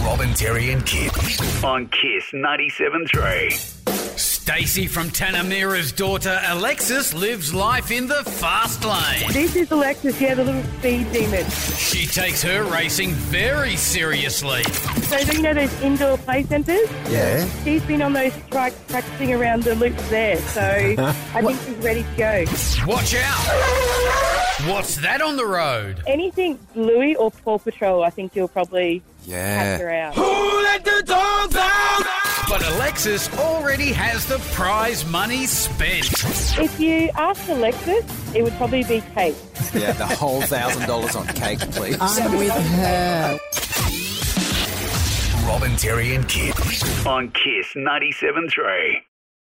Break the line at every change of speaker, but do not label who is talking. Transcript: Bob and Terry and Kid.
on Kiss 97.3.
Stacy from Tanamira's daughter Alexis lives life in the fast lane.
This is Alexis, yeah, the little speed demon.
She takes her racing very seriously.
So do you know those indoor play centres?
Yeah.
She's been on those trikes practicing around the loops there, so I think she's ready to go.
Watch out! What's that on the road?
Anything Bluey or Paw Patrol, I think you'll probably catch her
Yeah.
out.
But Alexis already has the prize money spent.
If you asked Alexis, it would probably be Kate.
Yeah, the whole thousand dollars on cake, please.
I'm with her.
Bob and Terry and Kid.
On Kiss 97.3.